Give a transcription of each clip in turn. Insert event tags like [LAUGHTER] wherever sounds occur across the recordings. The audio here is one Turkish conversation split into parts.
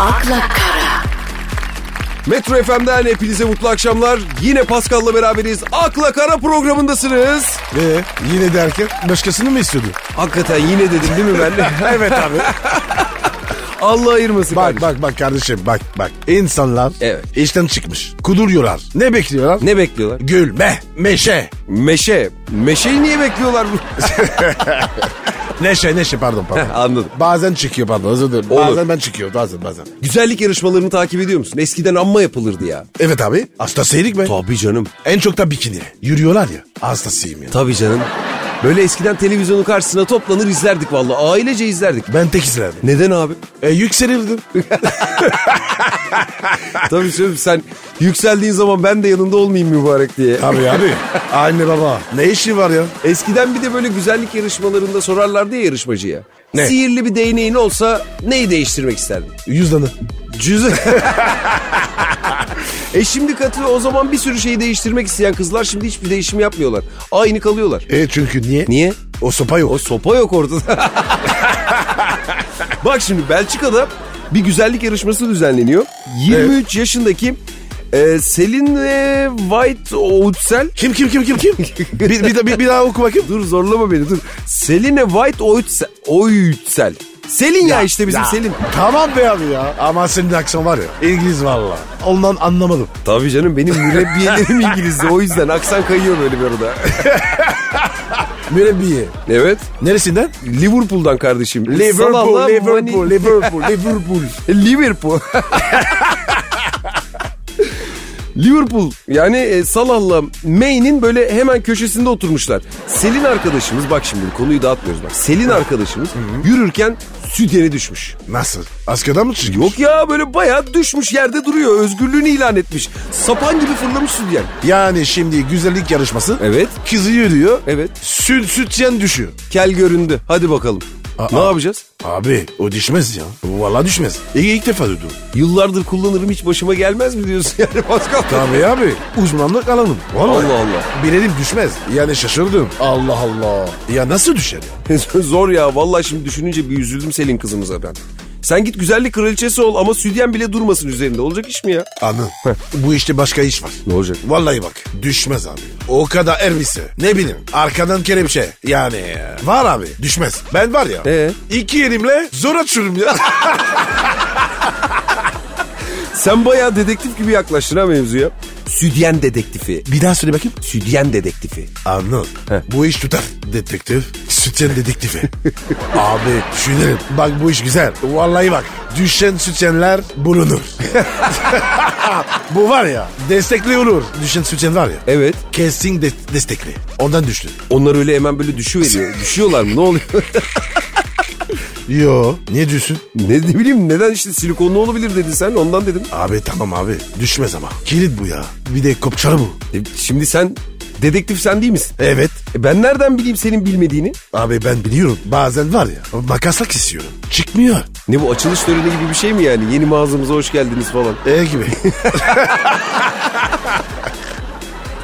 akla kara, Metro FM'den hepinize mutlu akşamlar. Yine Pascal'la beraberiz. Akla Kara programındasınız. Ee, yine derken başkasını mı istiyordu? Hakikaten yine dedim değil mi ben? [LAUGHS] [LAUGHS] evet abi. Allah ayırmasın bak kardeşim. bak bak kardeşim bak bak. İnsanlar şey. Evet. işten çıkmış. Kuduruyorlar. Ne bekliyorlar? Ne bekliyorlar? Gülme, meşe. Meşe. Meşeyi niye bekliyorlar? [LAUGHS] Neşe neşe pardon pardon. [LAUGHS] Anladım. Bazen çıkıyor pardon özür dilerim. Olur. Bazen ben çıkıyor bazen bazen. Güzellik yarışmalarını takip ediyor musun? Eskiden amma yapılırdı ya. Evet abi hastasıydık be. Tabii canım. En çok da bikini. Yürüyorlar ya hastasıyım ya. Tabii canım. Böyle eskiden televizyonun karşısına toplanır izlerdik vallahi. Ailece izlerdik. Ben tek izlerdim. Neden [LAUGHS] abi? [LAUGHS] E, yükselirdim. Tabii canım sen yükseldiğin zaman ben de yanında olmayayım mübarek diye. Tabii abi. Anne baba. Ne işi var ya? Eskiden bir de böyle güzellik yarışmalarında sorarlardı ya yarışmacıya. Ne? Sihirli bir değneğin olsa neyi değiştirmek isterdin? Yüzdanı. Cüzü. [LAUGHS] e şimdi katı o zaman bir sürü şeyi değiştirmek isteyen kızlar şimdi hiçbir değişim yapmıyorlar. Aynı kalıyorlar. E çünkü niye? Niye? O sopa yok. O sopa yok ortada. [LAUGHS] Bak şimdi Belçika'da bir güzellik yarışması düzenleniyor. 23 yaşındaki e, Selin White Outsel Kim kim kim kim [LAUGHS] kim? bir, bir, de- bir, bir daha oku bakayım. Dur zorlama beni dur. Seline White Oütsel. Oütsel. Selin ya, işte bizim Ya, Selin. Tamam be abi ya. Ama senin aksan var ya. İngiliz valla. Ondan anlamadım. Tabii canım benim mürebbiyelerim İngilizce o yüzden aksan kayıyor böyle bir arada. [LAUGHS] Mürebbiye. Evet. Neresinden? Liverpool'dan kardeşim. Liverpool, Salah'la Liverpool, Mani- Liverpool, Liverpool. Liverpool. Liverpool yani e, Salah'la May'nin böyle hemen köşesinde oturmuşlar. Selin arkadaşımız bak şimdi konuyu dağıtmıyoruz bak. Selin arkadaşımız yürürken sütyeni düşmüş. Nasıl? Askerden mı çıkmış? Yok ya böyle bayağı düşmüş yerde duruyor. Özgürlüğünü ilan etmiş. Sapan gibi fırlamış sütyen. Yani şimdi güzellik yarışması. Evet. Kızı yürüyor. Evet. Süt, sütyen düşüyor. Kel göründü. Hadi bakalım. Aa. ne yapacağız? Abi o düşmez ya. Valla düşmez. İlk, ilk defa duydum. Yıllardır kullanırım hiç başıma gelmez mi diyorsun yani Pascal? Tabii abi. Uzmanlık alalım. Vallahi. Allah Allah. Bilelim düşmez. Yani şaşırdım. Allah Allah. Ya nasıl düşer ya? [LAUGHS] Zor ya vallahi şimdi düşününce bir üzüldüm Selin kızımıza ben. Sen git güzellik kraliçesi ol ama sütyen bile durmasın üzerinde. Olacak iş mi ya? Anladım. Bu işte başka iş var. Ne olacak? Vallahi bak düşmez abi. O kadar elbise. Ne bileyim arkadan kelepçe. Yani e, var abi düşmez. Ben var ya Ee? iki elimle zor açıyorum ya. Sen bayağı dedektif gibi yaklaştın ha mevzuya. Sütyen dedektifi. [LAUGHS] Bir daha söyle bakayım. Sütyen dedektifi. Anladım. He. Bu iş tutar. Detektif. Sütyen [LAUGHS] dedektifi. abi düşünürüm. Bak bu iş güzel. Vallahi bak düşen sütyenler bulunur. [LAUGHS] bu var ya destekli olur. Düşen sütyen var ya. Evet. Kesin de- destekli. Ondan düştü. Onlar öyle hemen böyle [LAUGHS] düşüveriyor. Düşüyorlar mı? Ne oluyor? [LAUGHS] Yo. Niye düşsün? Ne ne bileyim neden işte silikonlu olabilir dedin sen ondan dedim. Abi tamam abi düşmez ama. Kilit bu ya. Bir de kopçalı bu. E, Şimdi sen dedektif sen değil misin? Evet. E, ben nereden bileyim senin bilmediğini? Abi ben biliyorum bazen var ya makaslak istiyorum. Çıkmıyor. Ne bu açılış töreni gibi bir şey mi yani? Yeni mağazamıza hoş geldiniz falan. E gibi. [LAUGHS]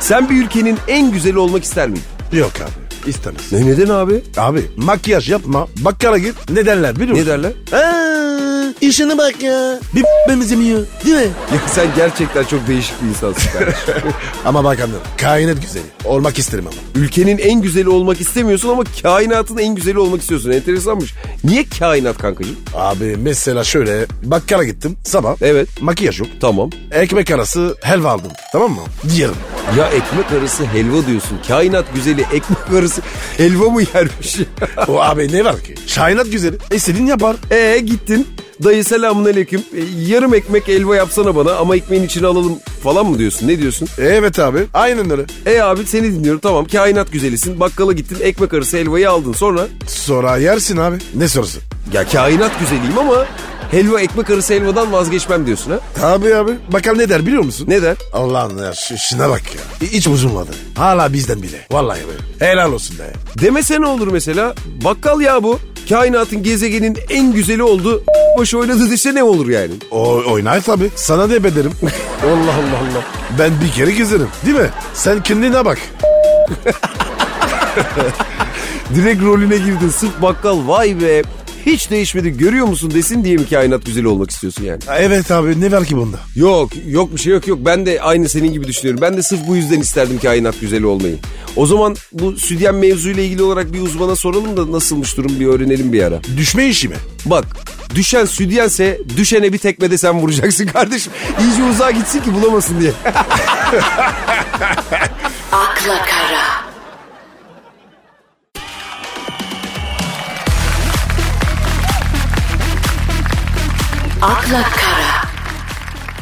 Sen bir ülkenin en güzeli olmak ister miydin? Yok abi istemez. Ne neden abi? Abi makyaj yapma bakkala git ne derler biliyor Ne musun? derler? Aa, işine bak ya. Bir benzemiyor değil mi? Ya sen gerçekten çok değişik bir insansın [LAUGHS] kardeşim. [LAUGHS] ama bak anladım. Kainet güzeli. Olmak isterim ama. Ülkenin en güzeli olmak istemiyorsun ama kainatın en güzeli olmak istiyorsun. Enteresanmış. Niye kainat kankacığım? Abi mesela şöyle bakkala gittim sabah. Evet. Makyaj yok. Tamam. Ekmek arası helva aldım. Tamam mı? Diyelim. Ya ekmek arası helva diyorsun. Kainat güzeli ekmek arası helva mı yermiş ya? o abi ne var ki? Kainat güzeli. İstediğin yapar. [LAUGHS] Ee gittin. Dayı selamünaleyküm. E, yarım ekmek elva yapsana bana ama ekmeğin içine alalım falan mı diyorsun? Ne diyorsun? Evet abi. Aynen öyle. E abi seni dinliyorum. Tamam kainat güzelisin. Bakkala gittin ekmek arası helvayı aldın. Sonra Sonra yersin abi. Ne sorusu? ya kainat güzeliyim ama helva ekmek arası helvadan vazgeçmem diyorsun ha? Abi abi. Bakalım ne der biliyor musun? Ne der? Allah'ım ya şu- şuna bak ya. Hi- Hiç bozulmadı. Hala bizden bile. Vallahi be. Helal olsun be. Demese ne olur mesela? Bakkal ya bu. Kainatın gezegenin en güzeli oldu. Başı oynadı dese ne olur yani? O, oynar tabii. Sana ne bederim? Allah Allah Allah. [LAUGHS] Ben bir kere gezerim. Değil mi? Sen kendine bak. Direkt rolüne girdin. Sırf bakkal vay be. hiç değişmedi görüyor musun desin diye mi kainat güzeli olmak istiyorsun yani? Ha, Evet abi ne var ki bunda? Yok yok bir şey yok yok ben de aynı senin gibi düşünüyorum. Ben de sırf bu yüzden isterdim kainat güzeli olmayı. O zaman bu südyen mevzuyla ilgili olarak bir uzmana soralım da nasılmış durum bir öğrenelim bir ara. Düşme işi mi? Bak düşen südyense düşene bir tekme de sen vuracaksın [LAUGHS] kardeşim. İyice uzağa gitsin ki bulamasın diye. [LAUGHS] akla kara, akla kara,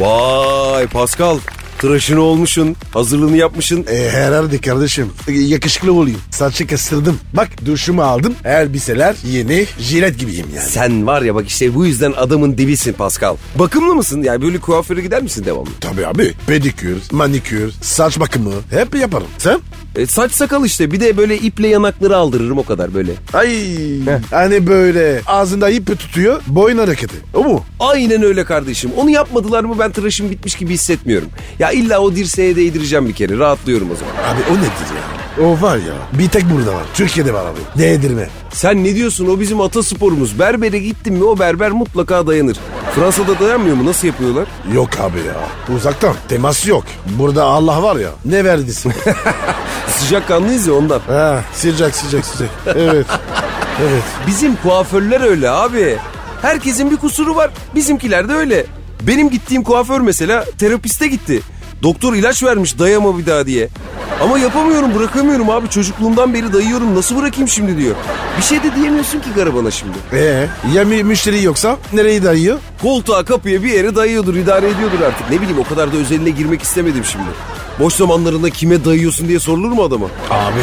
Vay Pascal tıraşını olmuşsun hazırlığını yapmışsın. E, herhalde kardeşim. E, Yakışıklı olayım. Saçı kestirdim. Bak duşumu aldım. Elbiseler yeni. Jilet gibiyim yani. Sen var ya bak işte bu yüzden adamın dibisin Pascal. Bakımlı mısın? Yani böyle kuaföre gider misin devamlı? Tabii abi. Pedikür, manikür, saç bakımı hep yaparım. Sen? E, saç sakal işte bir de böyle iple yanakları aldırırım o kadar böyle. Ay hani böyle ağzında ipi tutuyor boyun hareketi. O mu? Aynen öyle kardeşim. Onu yapmadılar mı ben tıraşım bitmiş gibi hissetmiyorum. Ya illa o dirseğe değdireceğim bir kere. Rahatlıyorum o zaman. Abi o nedir ya? O var ya bir tek burada var. Türkiye'de var abi. Değdirme. Sen ne diyorsun? O bizim atasporumuz. Berbere gittin mi o berber mutlaka dayanır. Fransa'da dayanmıyor mu? Nasıl yapıyorlar? Yok abi ya. Uzaktan temas yok. Burada Allah var ya. Ne verdisi? Sıcakkanlıyız ya ondan. ha, sıcak sıcak sıcak. Evet. Evet. Bizim kuaförler öyle abi. Herkesin bir kusuru var. Bizimkiler de öyle. Benim gittiğim kuaför mesela terapiste gitti. Doktor ilaç vermiş dayama bir daha diye. Ama yapamıyorum bırakamıyorum abi çocukluğumdan beri dayıyorum nasıl bırakayım şimdi diyor. Bir şey de diyemiyorsun ki garibana şimdi. Ee, ya mü- müşteri yoksa nereyi dayıyor? Koltuğa kapıya bir yere dayıyordur idare ediyordur artık. Ne bileyim o kadar da özeline girmek istemedim şimdi. Boş zamanlarında kime dayıyorsun diye sorulur mu adama? Abi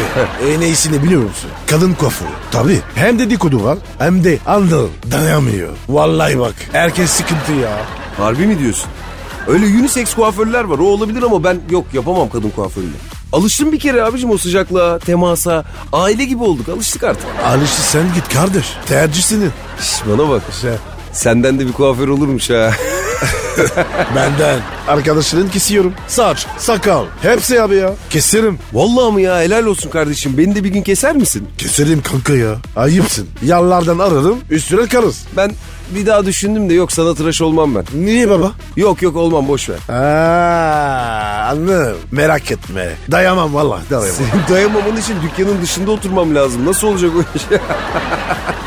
en iyisini biliyor musun? Kadın kuaförü. Tabii. Hem dedikodu var hem de anladın dayanamıyor. Vallahi bak herkes sıkıntı ya. Harbi mi diyorsun? Öyle unisex kuaförler var. O olabilir ama ben yok yapamam kadın kuaförüyle. Alıştım bir kere abicim o sıcaklığa, temasa. Aile gibi olduk. Alıştık artık. Alıştı sen git kardeş. Tercih senin. Şş, bana bak. İşte Senden de bir kuaför olurmuş ha. [LAUGHS] [LAUGHS] benden. Arkadaşların kesiyorum. Saç, sakal. Hepsi abi ya. Keserim. Vallahi mi ya helal olsun kardeşim. Beni de bir gün keser misin? Keserim kanka ya. Ayıpsın. Yallardan ararım üstüne karız. Ben bir daha düşündüm de yok sana tıraş olmam ben. Niye baba? Yok yok olmam boş ver. Aa, anladım. Merak etme. Dayamam vallahi dayamam. Senin dayamaman için dükkanın dışında oturmam lazım. Nasıl olacak o iş? [LAUGHS]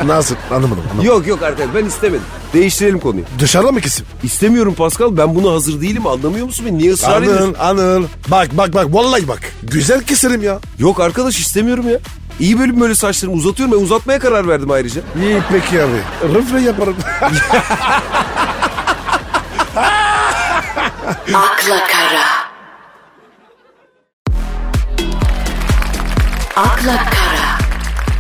Nasıl? Anlamadım. anlamadım. yok yok arkadaş ben istemedim. Değiştirelim konuyu. Dışarıda mı kesim? İstemiyorum Pascal ben buna hazır değilim anlamıyor musun beni? Niye ısrar ediyorsun? Anıl, anıl. Bak bak bak vallahi bak. Güzel keserim ya. Yok arkadaş istemiyorum ya. İyi bölüm böyle saçlarımı uzatıyorum. Ben uzatmaya karar verdim ayrıca. İyi peki abi. Rıfre yaparım. akla kara, akla kara,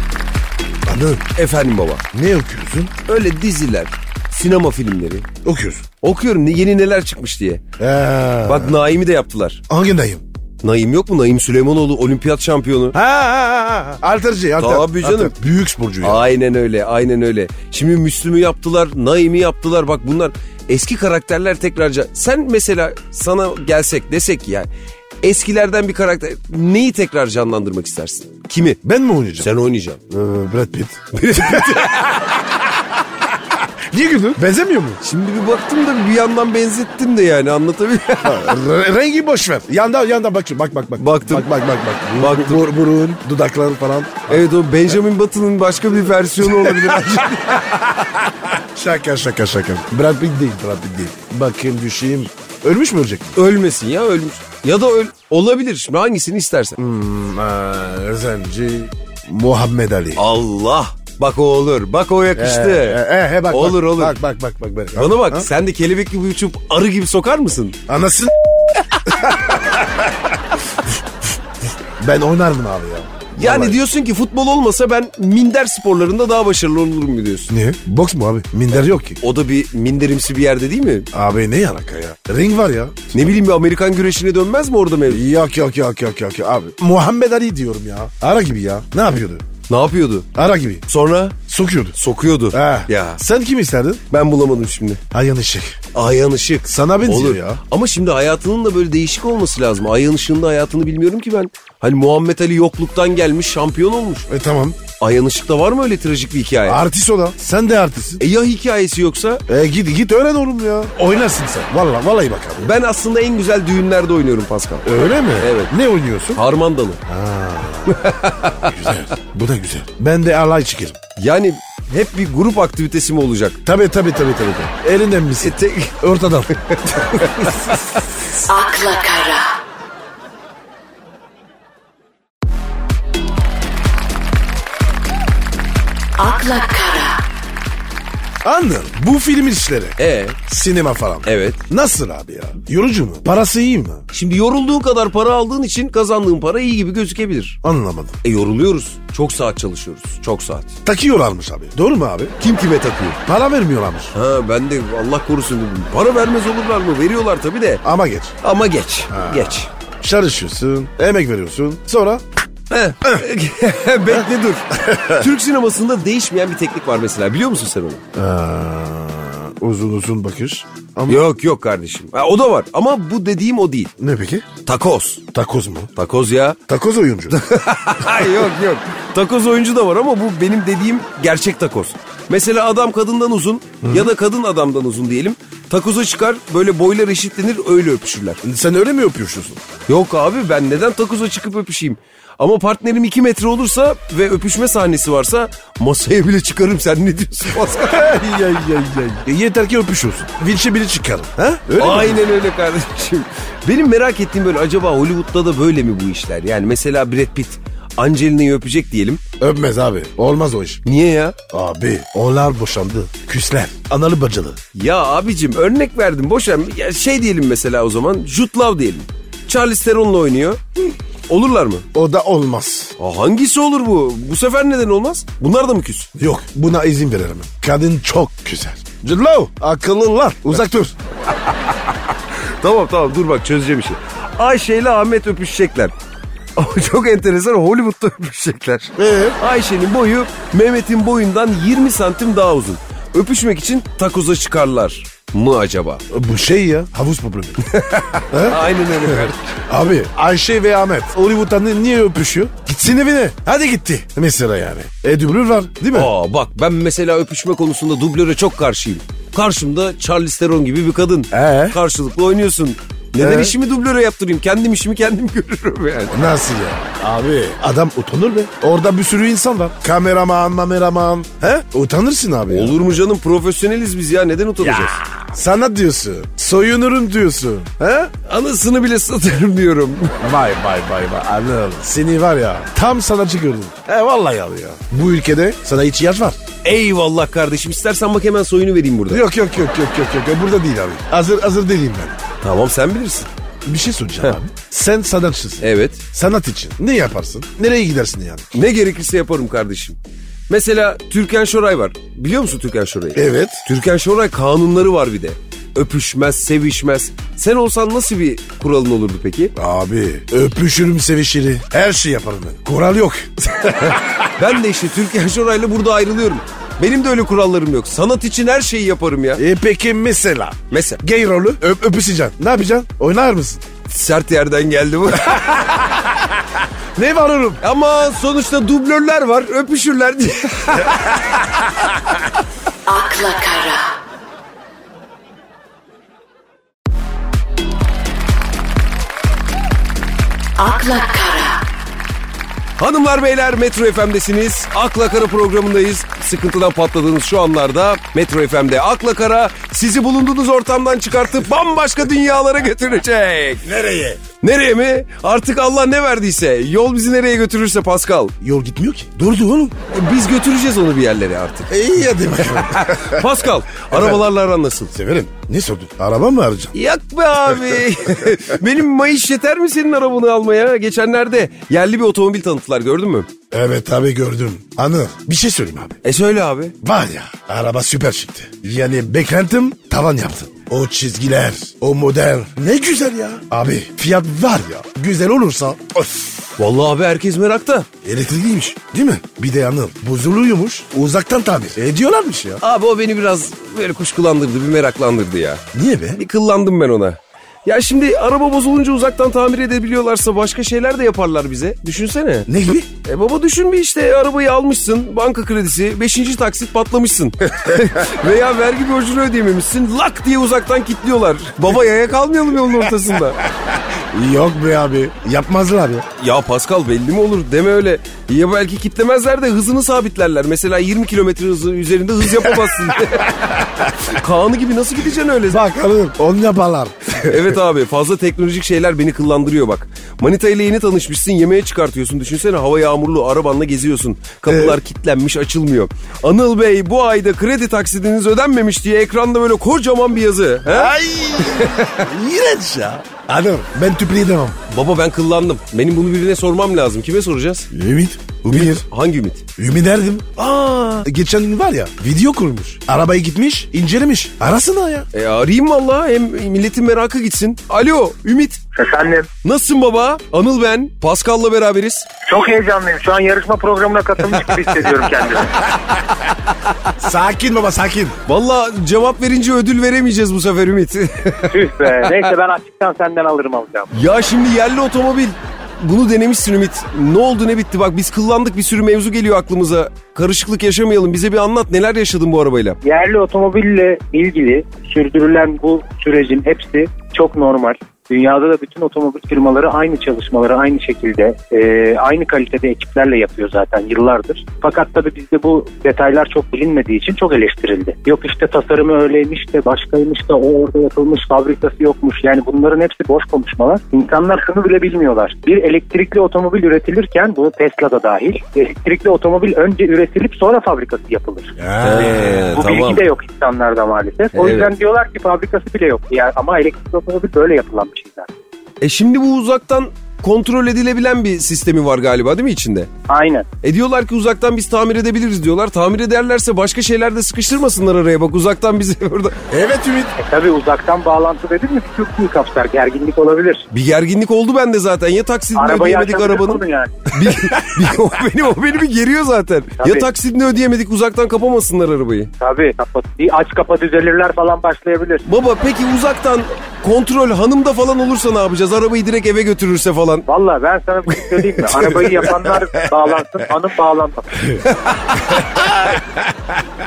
[LAUGHS] anıl Efendim baba. ne okuyorsun? Öyle diziler, sinema filmleri. Okuyorsun. Okuyorum ne, yeni neler çıkmış diye. Ee, bak. Bak Naim'i de yaptılar. Hangi dayım? Naim yok mu? Naim Süleymanoğlu olimpiyat şampiyonu. Ha ha ha. Alterci. Alter, Tabii canım. alter. Büyük sporcu ya. Aynen öyle, aynen öyle. Şimdi Müslüm'ü yaptılar, Naim'i yaptılar. Bak bunlar eski karakterler tekrarca. Sen mesela sana gelsek desek ki yani eskilerden bir karakter neyi tekrar canlandırmak istersin? Kimi? Ben mi oynayacağım? Sen oynayacaksın. Ee, [LAUGHS] Brad Pitt. Niye güldün? Benzemiyor mu? Şimdi bir baktım da bir yandan benzettim de yani anlatabiliyor R- rengi boş ver. Yanda yanda bak bak bak bak. Baktım. Bak bak bak [LAUGHS] bak. Baktım. Bur- burun, dudakları falan. evet o Benjamin Button'ın başka bir versiyonu olabilir. Şaka şaka şaka. Brad Pitt değil, Brad Pitt değil. Bakayım düşeyim. Ölmüş mü ölecek [LAUGHS] mi? Ölmesin ya ölmüş. Ya da öl olabilir. Şimdi hangisini istersen. Özenci Muhammed Ali. Allah. Bak o olur. Bak o yakıştı. Ee, e, e, bak, olur bak, olur. Bak bak bak bak. bak. Bana bak Ha? sen de kelebek gibi uçup arı gibi sokar mısın? Anasını... ben oynardım abi ya. Yani Vallahi. diyorsun ki futbol olmasa ben minder sporlarında daha başarılı olurum mu diyorsun? Niye? Boks mu abi? Minder yok ki. O da bir minderimsi bir yerde değil mi? Abi ne yalaka ya? Ring var ya. Ne bileyim bir Amerikan güreşine dönmez mi orada mevzu? Yok yok yok yok yok yok abi. Muhammed Ali diyorum ya. Ara gibi ya. Ne yapıyordu? Ne yapıyordu? Ara gibi. Sonra Sokuyordu. Sokuyordu. Ha. Ya Sen kim isterdin? şey. ben bulamadım şimdi. Ayhan Işık. Ayhan Işık. Sana benziyor Olur. ya. Ama şimdi hayatının da böyle değişik olması lazım. Ayhan Işık'ın da hayatını bilmiyorum ki ben. Hani Muhammed Ali yokluktan gelmiş şampiyon olmuş. E tamam. Ayhan Işık'ta var mı öyle trajik bir hikaye? Artist o da. Sen de artistsin. E ya hikayesi yoksa? E git git öğren oğlum ya. Oynarsın sen. Vallahi vallahi bak abi. Ben aslında en güzel düğünlerde oynuyorum Pascal. Öyle mi? Evet. Ne oynuyorsun? Harmandalı. güzel. Bu da güzel. Ben de alay çıkarım. Yani hep bir grup aktivitesi mi olacak? Tabii tabii tabii tabii. tabii. Elinden misin? E tek- [LAUGHS] Ortadan. akla kara, akla kara, Anladın. Bu film işleri. E Sinema falan. evet. Nasıl abi ya? Yorucu mu? Parası iyi mi? Şimdi yorulduğun kadar para aldığın için kazandığın para iyi gibi gözükebilir. Anlamadım. E yoruluyoruz. Çok saat çalışıyoruz. Çok saat. Takıyorlarmış abi. Doğru mu abi? Kim kime takıyor? Para vermiyorlarmış. Ha ben de Allah korusun dedim. Para vermez olurlar mı? Veriyorlar tabii de. Ama geç. Ama geç. Geç. Çalışıyorsun, emek veriyorsun. Sonra Heh. [LAUGHS] Bekle dur. Türk sinemasında değişmeyen bir teknik var mesela. Biliyor musun sen onu? Aa, uzun uzun bakış. Ama Yok yok kardeşim. Ha, o da var ama bu dediğim o değil. ne peki? Takoz. Takoz mu? Takoz ya. [LAUGHS] Takoz oyuncu. yok yok. Takoz oyuncu da var ama bu benim dediğim gerçek takoz. Mesela adam kadından uzun ya da kadın adamdan uzun diyelim. Takoza çıkar böyle boylar eşitlenir öyle öpüşürler. Sen öyle mi yapıyorsun? Yok abi ben neden takoza çıkıp öpüşeyim? Ama partnerim 2 metre olursa ve öpüşme sahnesi varsa masaya bile çıkarım sen ne diyorsun [LAUGHS] Pascal? Ay, ay, ay, ay. E, Yeter ki öpüşüyorsun. Vilçe biri çıkarım. Ha? Öyle mi? Aynen [LAUGHS] öyle kardeşim. Benim merak ettiğim böyle acaba Hollywood'da da böyle mi bu işler? Yani mesela Brad Pitt Angelina'yı öpecek diyelim. Öpmez abi. Olmaz o iş. Niye ya? Abi onlar boşandı. Küsler. Analı bacalı. Ya abicim örnek verdim boşan ya şey diyelim mesela o zaman Jude Law diyelim. Charlize Theron'la oynuyor. Hı, Olurlar mı? O da olmaz. Aa, hangisi olur bu? Bu sefer neden olmaz? Bunlar da mı küs? Yok buna izin veririm. Kadın çok güzel. Cillo Ah, akıllılar uzak dur. Tamam tamam dur bak çözeceğim işi. Ayşe ile Ahmet öpüşecekler. [LAUGHS] Ama çok enteresan Hollywood'da öpüşecekler. Ee? Ayşe'nin boyu Mehmet'in boyundan 20 santim daha uzun. Öpüşmek için takoza çıkarlar mı acaba? Bu şey ya havuz problemi. [LAUGHS] Aynen öyle kardeşim. Abi Ayşe ve Ahmet Hollywood'dan ni- niye öpüşüyor? Gitsin evine. Hadi gitti. Mesela yani. E dublör var değil mi? Aa bak ben mesela öpüşme konusunda dublöre çok karşıyım. Karşımda Charlize Theron gibi bir kadın. Ee? Karşılıklı oynuyorsun. Neden Ee? işimi dublöre yaptırayım? Kendim işimi kendim [LAUGHS] görürüm yani. Nasıl ya? Abi adam utanır be. Orada bir sürü insan var. Kameraman, mameraman. He? Utanırsın abi. ya. Olur mu canım profesyoneliz biz ya neden utanacağız? Sanat diyorsun. Soyunurum diyorsun. He? Anasını bile satarım diyorum. [LAUGHS] Vay vay vay vay anıl. Seni var ya tam sanatçı gördüm. E vallahi abi ya. Bu ülkede sana ihtiyaç var. Eyvallah kardeşim istersen bak hemen soyunu vereyim burada. Yok yok yok yok yok yok. Burada değil abi. Hazır hazır değilim ben. Tamam sen bilirsin. Bir şey soracağım abi. Sen sanatçısın. Evet. Sanat için ne yaparsın? Nereye gidersin yani? Ne gerekirse yaparım kardeşim. Mesela Türkan Şoray var. Biliyor musun Türkan Şoray'ı? Evet. Türkan Şoray kanunları var bir de. Öpüşmez, sevişmez. Sen olsan nasıl bir kuralın olurdu peki? Abi öpüşürüm sevişiri. Her şey yaparım ben. Kural yok. Ben de işte Türkan Şoray'la burada ayrılıyorum. Benim de öyle kurallarım yok. Sanat için her şeyi yaparım ya. [LAUGHS] e peki mesela? Mesela Gay rolü öp, öpüşeceksin. Ne yapacaksın? Oynar mısın? sert yerden geldi bu. [LAUGHS] Ne var oğlum? Ama sonuçta dublörler var öpüşürler diye. akla kara, akla kara, Hanımlar beyler Metro FM'desiniz. Akla Kara programındayız. Sıkıntıdan patladığınız şu anlarda Metro FM'de Akla Kara sizi bulunduğunuz ortamdan çıkartıp bambaşka dünyalara götürecek. Nereye? Nereye mi? Artık Allah ne verdiyse. Yol bizi nereye götürürse Pascal. Yol gitmiyor ki. Durdu oğlum. E, Biz götüreceğiz onu bir yerlere artık. İyi hadi bakalım. [LAUGHS] Pascal, arabalarla aran nasıl? Severim. Ne sordun? Araba mı arayacaksın? Yak be abi. [LAUGHS] Benim mayış yeter mi senin arabanı almaya? Geçenlerde yerli bir otomobil tanıttılar gördün mü? Evet abi gördüm. Anıl bir şey söyleyeyim abi. E söyle abi. Var ya araba süper çıktı. Yani beklentim tavan yaptı. O çizgiler, o model ne güzel ya. Abi fiyat var ya güzel olursa of Vallahi abi herkes merakta. Elektrikliymiş değil mi? Bir de yanıl. Bozuluymuş. Uzaktan tabir. Ediyorlarmış ya. Abi o beni biraz böyle kuşkulandırdı, bir meraklandırdı ya. Niye be? Bir kıllandım ben ona. Ya şimdi araba bozulunca uzaktan tamir edebiliyorlarsa başka şeyler de yaparlar bize. Düşünsene. Ne gibi? E baba düşün bir işte arabayı almışsın, banka kredisi, 5. taksit patlamışsın. [LAUGHS] Veya vergi borcunu ödeyememişsin, lak diye uzaktan kilitliyorlar. Baba yaya kalmayalım yolun ortasında. Yok be abi. Yapmazlar ya. Ya Pascal belli mi olur deme öyle. Ya belki kitlemezler de hızını sabitlerler. Mesela 20 kilometre hızı üzerinde hız yapamazsın. Kaan'ı gibi nasıl gideceksin öyle? Bak oğlum onu yaparlar. [LAUGHS] [LAUGHS] evet abi fazla teknolojik şeyler beni kıllandırıyor bak. Manita ile yeni tanışmışsın yemeğe çıkartıyorsun. Düşünsene hava yağmurlu arabanla geziyorsun. Kapılar kilitlenmiş açılmıyor. Anıl Bey bu ayda kredi taksidiniz ödenmemiş diye ekranda böyle kocaman bir yazı. He? Ay. İğrenç ya. Adam ben tüplü edemem. Baba ben kıllandım. Benim bunu birine sormam lazım. Kime soracağız? Ümit. Ümit. Hangi Ümit? Ümit derdim. Aa, geçen gün var ya video kurmuş. Arabayı gitmiş incelemiş. Arasana ya. E arayayım valla hem milletin merakı gitsin. Alo Ümit Efendim nasılsın baba? Anıl ben Pascal'la beraberiz. çok heyecanlıyım. Şu an yarışma programına katılmış gibi hissediyorum kendimi. sakin baba sakin. Valla cevap verince ödül veremeyeceğiz bu sefer Ümit. [LAUGHS] Tüh be. Neyse ben açıktan senden alırım alacağım. ya şimdi yerli otomobil bunu denemişsin Ümit. Ne oldu ne bitti bak biz kıllandık bir sürü mevzu geliyor aklımıza. Karışıklık yaşamayalım bize bir anlat neler yaşadın bu arabayla. Yerli otomobille ilgili sürdürülen bu sürecin hepsi çok normal. Dünyada da bütün otomobil firmaları aynı çalışmaları aynı şekilde, e, aynı kalitede ekiplerle yapıyor zaten yıllardır. Fakat tabii bizde bu detaylar çok bilinmediği için çok eleştirildi. Yok işte tasarımı öyleymiş de başkaymış da o orada yapılmış fabrikası yokmuş. Yani bunların hepsi boş konuşmalar. İnsanlar şunu bile bilmiyorlar. Bir elektrikli otomobil üretilirken, bu Tesla'da dahil, elektrikli otomobil önce üretilip sonra fabrikası yapılır. Ee, Bu bilgi de yok insanlarda maalesef. O Evet. yüzden diyorlar ki fabrikası bile yok. Yani ama elektrikli otomobil böyle yapılan bir şey zaten. E şimdi bu uzaktan kontrol edilebilen bir sistemi var galiba değil mi içinde? Aynen. E diyorlar ki uzaktan biz tamir edebiliriz diyorlar. Tamir ederlerse başka şeyler de sıkıştırmasınlar araya. Bak uzaktan bizi [LAUGHS] orada... Evet Ümit. E tabii uzaktan bağlantı dedim mi çok iyi kapsar. Gerginlik olabilir. Bir gerginlik oldu bende zaten. Ya taksidini Arabayı ödeyemedik açabilir arabanın. konu yani. [LAUGHS] bir, bir- o, beni, o beni bir geriyor zaten. Ya Tabii. taksidini ödeyemedik uzaktan kapamasınlar arabayı. Tabii. Kapat, bir aç kapat düzelirler falan başlayabilir. Baba peki uzaktan kontrol hanımda falan olursa ne yapacağız? Arabayı direkt eve götürürse falan. Valla ben sana bir şey söyleyeyim [LAUGHS] mi? Arabayı yapanlar bağlansın, hanım bağlanmasın.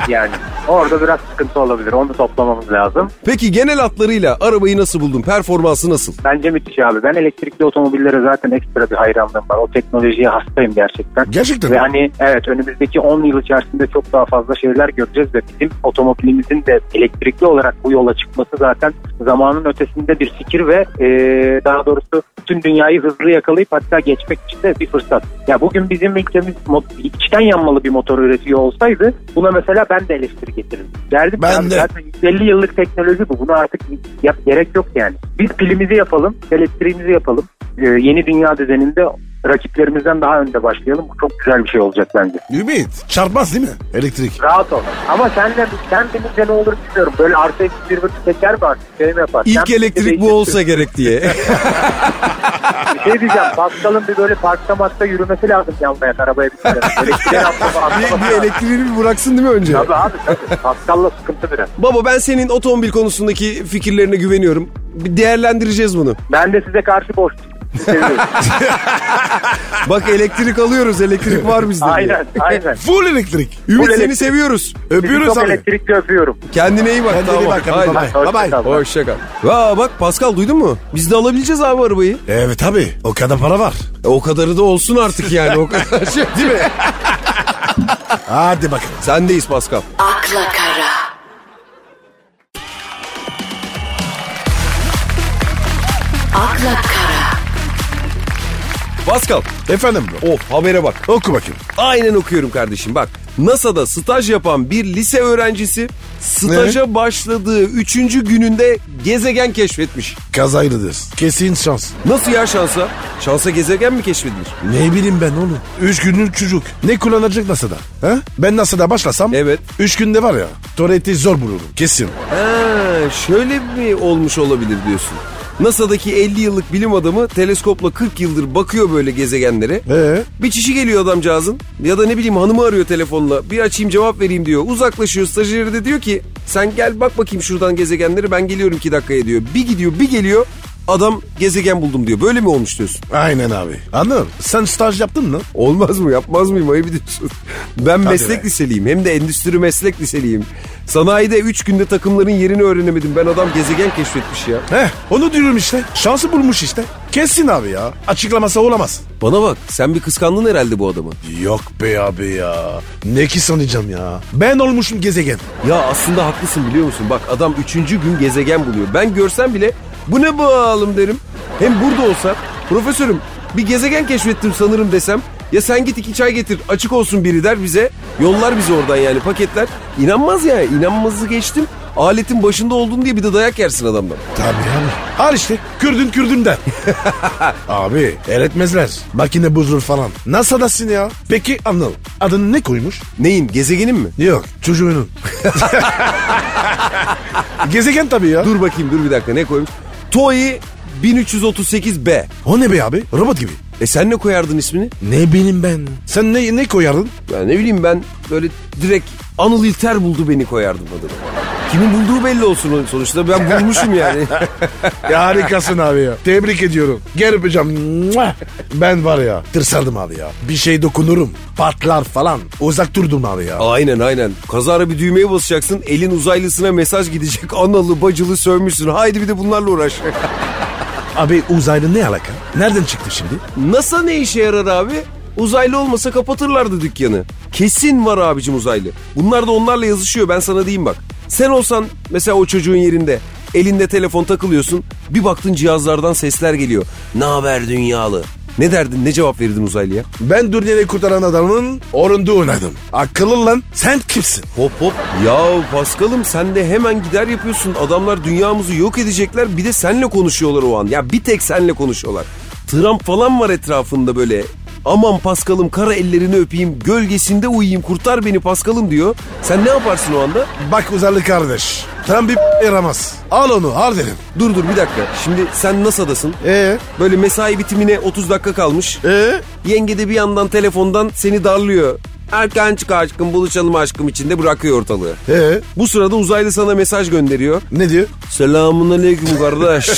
yani orada biraz sıkıntı olabilir. Onu toplamamız lazım. Peki genel hatlarıyla arabayı nasıl buldun? Performansı nasıl? Bence müthiş abi. Ben elektrikli otomobillere zaten ekstra bir hayranlığım var. O teknolojiye hastayım gerçekten. Gerçekten Ve mi? hani evet önümüzdeki 10 yıl içerisinde çok daha fazla şeyler göreceğiz ve bizim otomobilimizin de elektrikli olarak bu yola çıkması zaten zamanın ötesinde bir fikir ve eee, daha doğrusu bütün dünyayı hızlı yakalayıp hatta geçmek için de bir fırsat. Ya bugün bizim ülkemiz mo- içten yanmalı bir motor üretiyor olsaydı buna mesela ben de eleştiri getirirdim. Derdim ki Ben abi de. zaten 150 yıllık teknoloji bu. Buna artık yap, gerek yok yani. Biz pilimizi yapalım, elektriğimizi yapalım. Ee, yeni dünya düzeninde rakiplerimizden daha önde başlayalım. Bu çok güzel bir şey olacak bence. Ümit. Çarpmaz değil mi? Elektrik. Rahat ol. Ama senle, sen bilince ne olur bilmiyorum. Böyle artı eksi bir bölü çeker mi artık? Şey mi yapar? İlk Sen elektrik bu olsa gerek [LAUGHS] diye. Bir [LAUGHS] şey diyeceğim. Pascal'ın bir böyle parkta maçta yürümesi lazım yanmaya arabaya bir [LAUGHS] kere. Elektriğe atlama, atlama. bir, bir elektriğini bir bıraksın değil mi önce? Tabii abi tabii. Pascal'la sıkıntı biraz. Baba ben senin otomobil konusundaki fikirlerine güveniyorum. Bir değerlendireceğiz bunu. Ben de size karşı boş. Seviyorum. [LAUGHS] Bak elektrik alıyoruz, elektrik var bizde. diye. aynen aynen. Full elektrik. Ümit Full seni elektrik. seviyoruz. Sizi Öpüyoruz çok abi. elektrikli öpüyorum. Kendine iyi bak. Kendine tamam. iyi bak abi. Haydi. Bye bye. Bye bye. Hoşçakal. Hoşça kal. Ya bak Pascal duydun mu? Biz de alabileceğiz abi arabayı. Evet abi. O kadar para var. E, o kadarı da olsun artık yani. O [LAUGHS] kadar şey değil mi? Hadi bakalım. Sendeyiz Pascal. akla kara, akla kara, Pascal. Efendim bro. Of habere bak. Oku bakayım. Aynen okuyorum kardeşim bak. NASA'da staj yapan bir lise öğrencisi staja başladığı 3. gününde gezegen keşfetmiş. Kazaylıdır. Kesin şans. Nasıl ya şansa? Şansa gezegen mi keşfedilir? Ne bileyim ben oğlum. Üç günlük çocuk. Ne kullanacak NASA'da? Ha? Ben NASA'da başlasam. Evet. Üç günde var ya. Tuvaleti zor bulurum. Kesin. Ha, şöyle mi olmuş olabilir diyorsun? NASA'daki 50 yıllık bilim adamı teleskopla 40 yıldır bakıyor böyle gezegenlere. Ee? Bir çişi geliyor adamcağızın ya da ne bileyim hanımı arıyor telefonla bir açayım cevap vereyim diyor. Uzaklaşıyor stajyeri de diyor ki sen gel bak bakayım şuradan gezegenleri ben geliyorum 2 dakikaya diyor. Bir gidiyor bir geliyor adam gezegen buldum diyor. Böyle mi olmuş diyorsun? Aynen abi. Anladım. Sen staj yaptın mı? Olmaz mı yapmaz mıyım ayıp ediyorsun. [LAUGHS] Ben Tabii meslek be. liseliyim hem de endüstri meslek liseliyim. Sanayide 3 günde takımların yerini öğrenemedim. Ben adam gezegen keşfetmiş ya. Heh onu diyorum işte. Şansı bulmuş işte. Kesin abi ya. Açıklaması olamaz. Bana bak sen bir kıskandın herhalde bu adamı. Yok be abi ya. Ne ki sanacağım ya. Ben olmuşum gezegen. Ya aslında haklısın biliyor musun? Bak adam üçüncü gün gezegen buluyor. Ben görsem bile bu ne bağalım derim. Hem burada olsa profesörüm bir gezegen keşfettim sanırım desem. Ya sen git iki çay getir açık olsun biri der bize. Yollar bizi oradan yani paketler. İnanmaz ya inanmazı geçtim. Aletin başında oldun diye bir de dayak yersin adamdan. Tabii abi. Al işte Kürdün Kürdünden. [LAUGHS] abi eretmezler. Makine bozulur falan. NASA'dasın ya. Peki Anıl adını ne koymuş? Neyin gezegenin mi? Yok çocuğunun. [LAUGHS] Gezegen tabii ya. Dur bakayım dur bir dakika ne koymuş? TOEI 1338B. O ne be abi? Robot gibi. E sen ne koyardın ismini? Ne benim ben? Sen ne, ne koyardın? Ya ne bileyim ben böyle direkt Anıl İlter buldu beni koyardım adını. Kimin bulduğu belli olsun sonuçta ben bulmuşum yani. Ya harikasın abi ya. Tebrik ediyorum. Gel öpeceğim. Mua! Ben var ya tırsardım abi ya. Bir şey dokunurum. Patlar falan. Uzak durdum abi ya. aynen aynen. Kazara bir düğmeye basacaksın elin uzaylısına mesaj gidecek. Analı bacılı sövmüşsün haydi bir de bunlarla uğraş. Abi uzaylı ne alaka? Nereden çıktı şimdi? NASA ne işe yarar abi? Uzaylı olmasa kapatırlardı dükkanı. Kesin var abicim uzaylı. Bunlar da onlarla yazışıyor ben sana diyeyim bak. Sen olsan mesela o çocuğun yerinde elinde telefon takılıyorsun. Bir baktın cihazlardan sesler geliyor. Ne haber dünyalı? Ne derdin ne cevap verirdin uzaylıya? Ben dünyayı kurtaran adamın orunda oynadım. Akıllı lan sen kimsin? Hop hop. Ya Paskal'ım sen de hemen gider yapıyorsun. Adamlar dünyamızı yok edecekler. Bir de senle konuşuyorlar o an. Ya bir tek senle konuşuyorlar. Trump falan var etrafında böyle. Aman Paskal'ım kara ellerini öpeyim. Gölgesinde uyuyayım. Kurtar beni Paskal'ım diyor. Sen ne yaparsın o anda? Bak uzaylı kardeş. Tam bir [LAUGHS] yaramaz. Al onu al derim. Dur dur bir dakika. Şimdi sen NASA'dasın. Ee? Böyle mesai bitimine 30 dakika kalmış. Ee? Yenge de bir yandan telefondan seni darlıyor. Erken çık aşkım buluşalım aşkım içinde bırakıyor ortalığı. Ee? Bu sırada uzaylı sana mesaj gönderiyor. Ne diyor? Selamun aleyküm kardeş.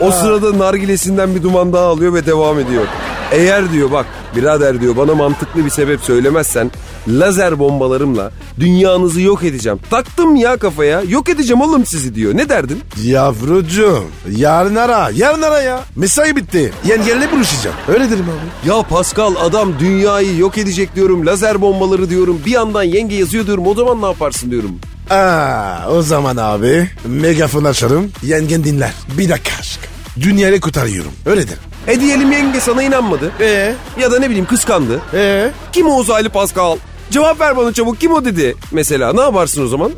o sırada nargilesinden bir duman daha alıyor ve devam ediyor. Eğer diyor bak birader diyor bana mantıklı bir sebep söylemezsen lazer bombalarımla dünyanızı yok edeceğim. Taktım ya kafaya yok edeceğim oğlum sizi diyor. Ne derdin? Yavrucuğum yarın ara yarın ara ya. Mesai bitti. Yengenle buluşacağım. Öyle derim abi. Ya Pascal adam dünyayı yok edecek diyorum lazer bombaları diyorum bir yandan yenge yazıyor diyorum o zaman ne yaparsın diyorum. Aa, o zaman abi megafon açarım. Yengen dinler. Bir dakika aşk. Dünyayı kurtarıyorum. Öyle derim. E diyelim yenge sana inanmadı. Ee? Ya da ne bileyim kıskandı. Ee? Kim o uzaylı Pascal? Cevap ver bana çabuk kim o dedi mesela. Ne yaparsın o zaman?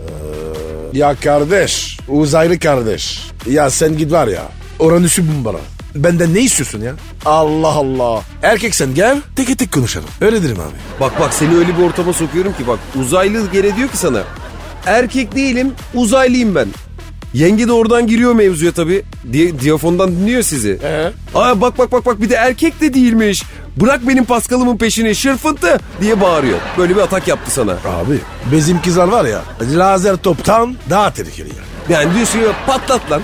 Ya kardeş, uzaylı kardeş. Ya sen git var ya, Uranüs'ü bun bana. Benden ne istiyorsun ya? Allah Allah. Erkek sen gel, tek tek konuşalım. Öyle derim abi. Bak bak seni öyle bir ortama sokuyorum ki bak uzaylı gene diyor ki sana. Erkek değilim uzaylıyım ben. Yenge de oradan giriyor mevzuya tabii. Diye, diyafondan dinliyor sizi. Ee? Aa bak bak bak bak bir de erkek de değilmiş. Bırak benim paskalımın peşini şırfıntı diye bağırıyor. Böyle bir atak yaptı sana. Abi, bizim kızlar var ya, lazer toptan daha tehlikeli ya. Yani diyorsun ya patlat lan.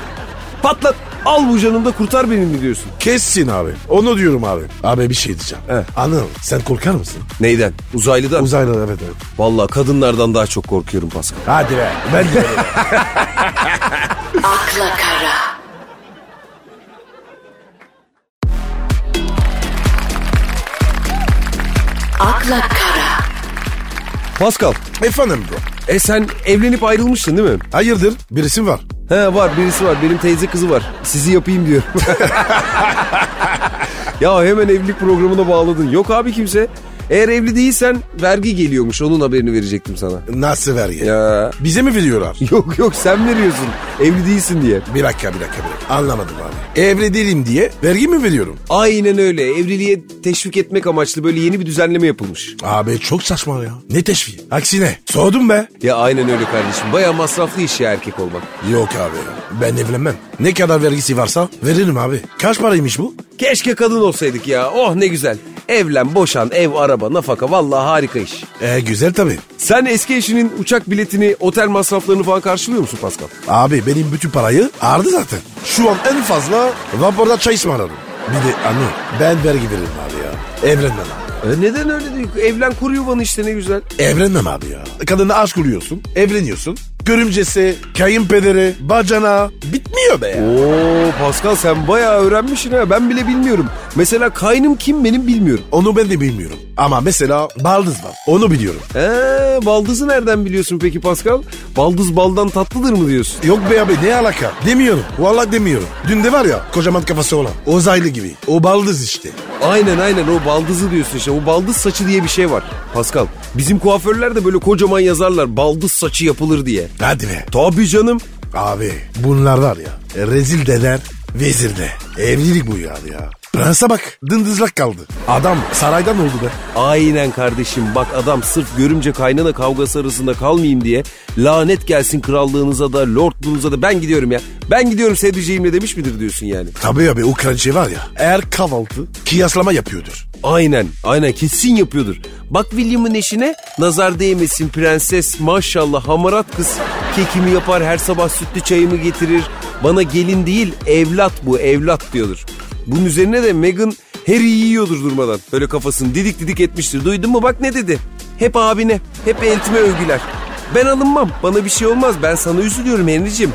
Patlat. Al bu canımda kurtar beni mi diyorsun. Kessin abi. Onu diyorum abi. Abi bir şey diyeceğim. He. Anıl, sen korkar mısın? Neyden? Uzaylıdan. Uzaylı evet evet. Vallahi kadınlardan daha çok korkuyorum Pascal. Hadi be. Ben [LAUGHS] de. akla kara. Akla kara, Pascal, Efendim bro. e sen evlenip ayrılmıştın değil mi? Hayırdır? Bir isim var. He var birisi var benim teyze kızı var. Sizi yapayım [LAUGHS] diyor. ya hemen evlilik programına bağladın. Yok abi kimse. Eğer evli değilsen vergi geliyormuş onun haberini verecektim sana. Nasıl vergi? Ya Bize mi veriyorlar? yok yok sen veriyorsun evli değilsin diye. Bir dakika bir dakika bir dakika. Anlamadım abi. Evli değilim diye vergi mi veriyorum? Aynen öyle evliliğe teşvik etmek amaçlı böyle yeni bir düzenleme yapılmış. Abi çok saçma ya. Ne teşvi? Aksine. Sordum be. Ya aynen öyle kardeşim baya masraflı iş ya erkek olmak. Yok abi. Ben evlenmem. Ne kadar vergisi varsa veririm abi. Kaç paraymış bu? Keşke kadın olsaydık ya oh ne güzel. Evlen, boşan, ev, araba, nafaka vallahi harika iş. E güzel tabii. Sen eski eşinin uçak biletini, otel masraflarını falan karşılıyor musun Pascal? Abi benim bütün parayı ağırdı zaten. Şu an en fazla raporda çay ısmarladım. Bir de anne ben vergi veririm abi ya. Evlenmem abi. E neden öyle değil? Evlen kuru yuvanı işte ne güzel. Evlenmem abi ya. Kadına aşk kuruyorsun, evleniyorsun. Görümcesi, kayınpederi, bacana bitmiyor be ya. Oo Pascal sen bayağı öğrenmişsin ha. Ben bile bilmiyorum. Mesela kaynım kim benim bilmiyorum. Onu ben de bilmiyorum. Ama mesela baldız var. Onu biliyorum. Ee, baldızı nereden biliyorsun peki Pascal? Baldız baldan tatlıdır mı diyorsun? Yok be abi ne alaka? Demiyorum. Vallahi demiyorum. Dün de var ya kocaman kafası olan. Uzaylı gibi. O baldız işte. Aynen aynen o baldızı diyorsun işte. O baldız saçı diye bir şey var. Pascal bizim kuaförler de böyle kocaman yazarlar baldız saçı yapılır diye. Hadi be. Tabii canım. Abi bunlar var ya. Rezil deder, vezir de. Evlilik bu ya ya. Prense bak dındızlak kaldı. Adam saraydan oldu be. Aynen kardeşim bak adam sırf görümce kaynana kavgası arasında kalmayayım diye lanet gelsin krallığınıza da lordluğunuza da ben gidiyorum ya. Ben gidiyorum sevdiceğimle demiş midir diyorsun yani. Tabii abi o kraliçe var ya. Eğer kahvaltı kıyaslama yapıyordur. Aynen aynen kesin yapıyordur. Bak William'ın eşine nazar değmesin prenses maşallah hamarat kız. Kekimi yapar her sabah sütlü çayımı getirir. Bana gelin değil evlat bu evlat diyordur. Bunun üzerine de Meghan Harry'i yiyordur durmadan. Böyle kafasını didik didik etmiştir. Duydun mu bak ne dedi? Hep abine, hep eltime övgüler. Ben alınmam, bana bir şey olmaz. Ben sana üzülüyorum Henry'cim.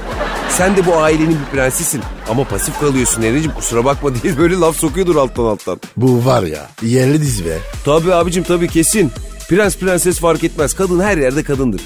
Sen de bu ailenin bir prensesin. Ama pasif kalıyorsun Henry'cim kusura bakma [LAUGHS] diye böyle laf sokuyordur alttan alttan. Bu var ya yerli dizi be. Tabii abicim tabii kesin. Prens prenses fark etmez. Kadın her yerde kadındır.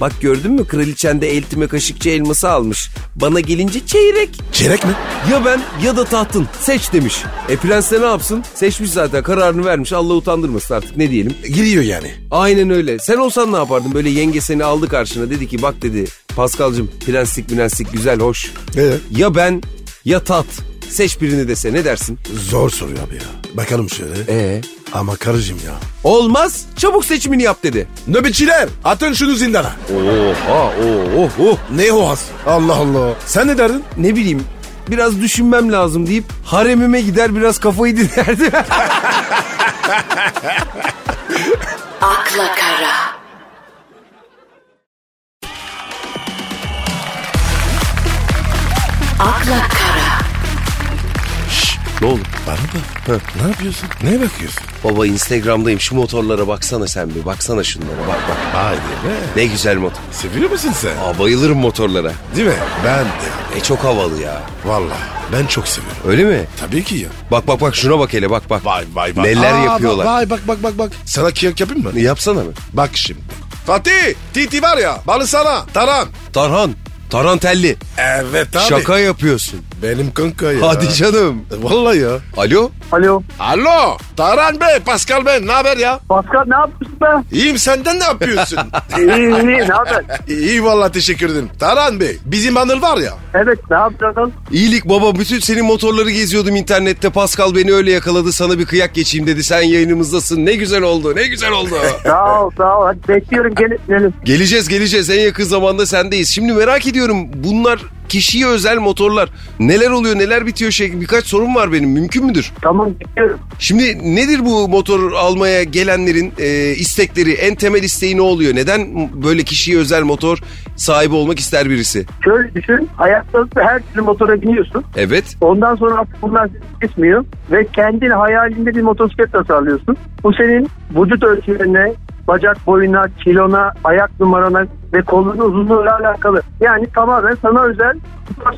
Bak gördün mü kraliçen de eltime kaşıkçı elması almış. Bana gelince çeyrek. Çeyrek mi? Ya ben ya da tahtın seç demiş. E prens de ne yapsın? Seçmiş zaten kararını vermiş Allah utandırmasın artık ne diyelim. Giriyor yani. Aynen öyle. Sen olsan ne yapardın? Böyle yenge seni aldı karşına dedi ki bak dedi Paskal'cığım prenslik prenslik güzel hoş. Ee? Ya ben ya taht. Seç birini dese ne dersin? Zor soru abi ya. Bakalım şöyle. Ee? Ama karıcığım ya. Olmaz çabuk seçimini yap dedi. Nöbetçiler atın şunu zindana. Oha oh oh. Ne hoas? Allah Allah. Sen ne derdin? ne bileyim biraz düşünmem lazım deyip haremime gider biraz kafayı [LAUGHS] dinlerdi. akla kara, akla kara, ne oldu? Bana bak. Ne yapıyorsun? Ne bakıyorsun? Baba Instagram'dayım şu motorlara baksana sen bir baksana şunlara bak bak. Haydi be. Ne güzel motor. Seviyor musun sen? Aa, bayılırım motorlara. Değil mi? Ben de. E çok havalı ya. Valla ben çok seviyorum. Öyle mi? Tabii ki ya. Bak bak bak şuna bak hele bak bak. vay Neler Aa, yapıyorlar. Bak, vay bak bak bak bak. Sana kıyak yapayım mı? Yapsana mı? Bak şimdi. Fatih, Titi var ya, balı sana, taran. Tarhan. Tarantelli. Evet Şaka yapıyorsun. Benim kanka ya. E, Hadi canım. Vallahi ya. Alo. Alo. Alo, Taran Bey, Pascal Bey, ne haber ya? Pascal ne yapıyorsun be? İyiyim senden ne [LAUGHS] yapıyorsun? İyi iyi ne haber? İyi vallahi teşekkür ederim. Taran Bey, bizim Anıl var ya. Evet ne yapacağız? İyilik baba bütün senin motorları geziyordum internette. Pascal beni öyle yakaladı sana bir kıyak geçeyim dedi. Sen yayınımızdasın. Ne güzel oldu ne güzel [LAUGHS] oldu. Sağ ol sağ ol. Hadi bekliyorum gelin. gelin. Geleceğiz geleceğiz en yakın zamanda sendeyiz. Şimdi merak ediyorum bunlar kişiye özel motorlar. Neler oluyor neler bitiyor şey birkaç sorum var benim mümkün müdür? Tamam bekliyorum. Şimdi nedir bu motor almaya gelenlerin e, istekleri en temel isteği ne oluyor? Neden böyle kişiye özel motor sahibi olmak ister birisi? Şöyle düşün. Hayatta her türlü motora biniyorsun. Evet Ondan sonra artık bunlar seni kesmiyor. Ve kendin hayalinde bir motosiklet tasarlıyorsun. Bu senin vücut ölçülerine, bacak boyuna, kilona, ayak numarana ve kolların uzunluğuyla alakalı. Yani tamamen sana özel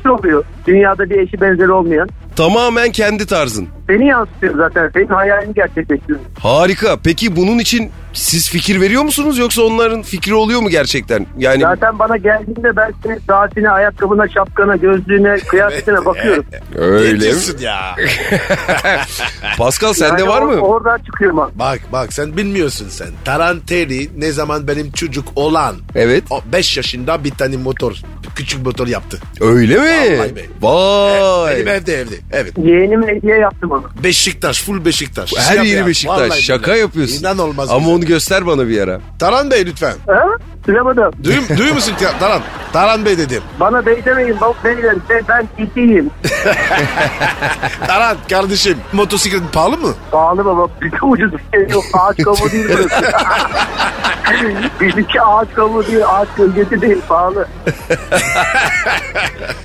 bir oluyor. Dünyada bir eşi benzeri olmayan. Tamamen kendi tarzın. Seni yansıtıyor zaten. Senin hayalini gerçekleştiriyor. Harika. Peki bunun için siz fikir veriyor musunuz yoksa onların fikri oluyor mu gerçekten? Yani Zaten bana geldiğinde ben senin saatine, ayakkabına, şapkana, gözlüğüne, kıyafetine bakıyorum. Ne öyle. mi? diyorsun [LAUGHS] ya? Pascal [LAUGHS] sende Yani var or- mı? Oradan çıkıyorum abi. Bak bak sen bilmiyorsun sen. Taranteli ne zaman benim çocuk olan Evet. 5 yaşında bir tane motor küçük motor yaptı. Öyle Vallahi mi? be. Vay. Benim evde evde. Evet. Yeğenime hediye yaptım onu. Beşiktaş full Beşiktaş. Her Şaka yeri ya, Beşiktaş. vallahi Şaka billahi. yapıyorsun. İnan olmaz. Ama bize. onu göster bana bir ara. Taran Bey lütfen. Ha? Duyamadım. Duy, duyuyor musun ya, Taran? Taran Bey dedim. Bana bey demeyin. Bak beyler ben, ben ciddiyim. Taran kardeşim motosiklet pahalı mı? Pahalı baba. Bir de ucuz bir şey yok. Ağaç kabuğu değil burası. Bizimki ağaç kabuğu değil. Ağaç gölgesi değil. Pahalı.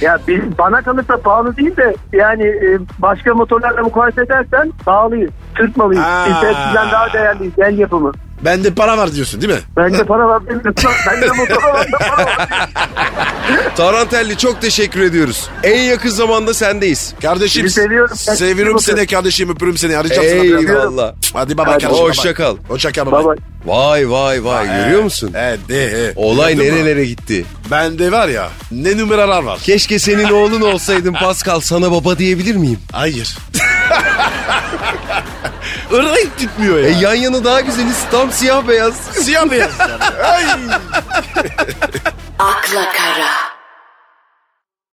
ya biz, bana kalırsa pahalı değil de yani e, başka motorlarla mukayese edersen pahalıyız. Tırtmalıyız. Aa. Biz hepsinden daha değerliyiz. El yapımı. Bende para var diyorsun değil mi? Bende para var. Bende bende motor var. bende para var. Tarantelli çok teşekkür ediyoruz. En yakın zamanda sendeyiz. Kardeşim Sizi seviyorum. Ben seviyorum sizi seni kardeşim öpürüm seni arayacağım sana. birazdan. Eyvallah. Hadi baba Hadi. kardeşim. baba. Hoşça kal. Hoşça kal Bye baba. bye. Vay vay vay. Görüyor musun? Evet de. he. Olay Gördün mü? nerelere gitti. Bende var ya ne numaralar var. Keşke senin oğlun olsaydın Pascal sana baba diyebilir miyim? [LAUGHS] Hayır. Renk gitmiyor ya. E yan yana daha güzeliz. Tam siyah beyaz. Siyah beyaz yani. Ay. akla kara.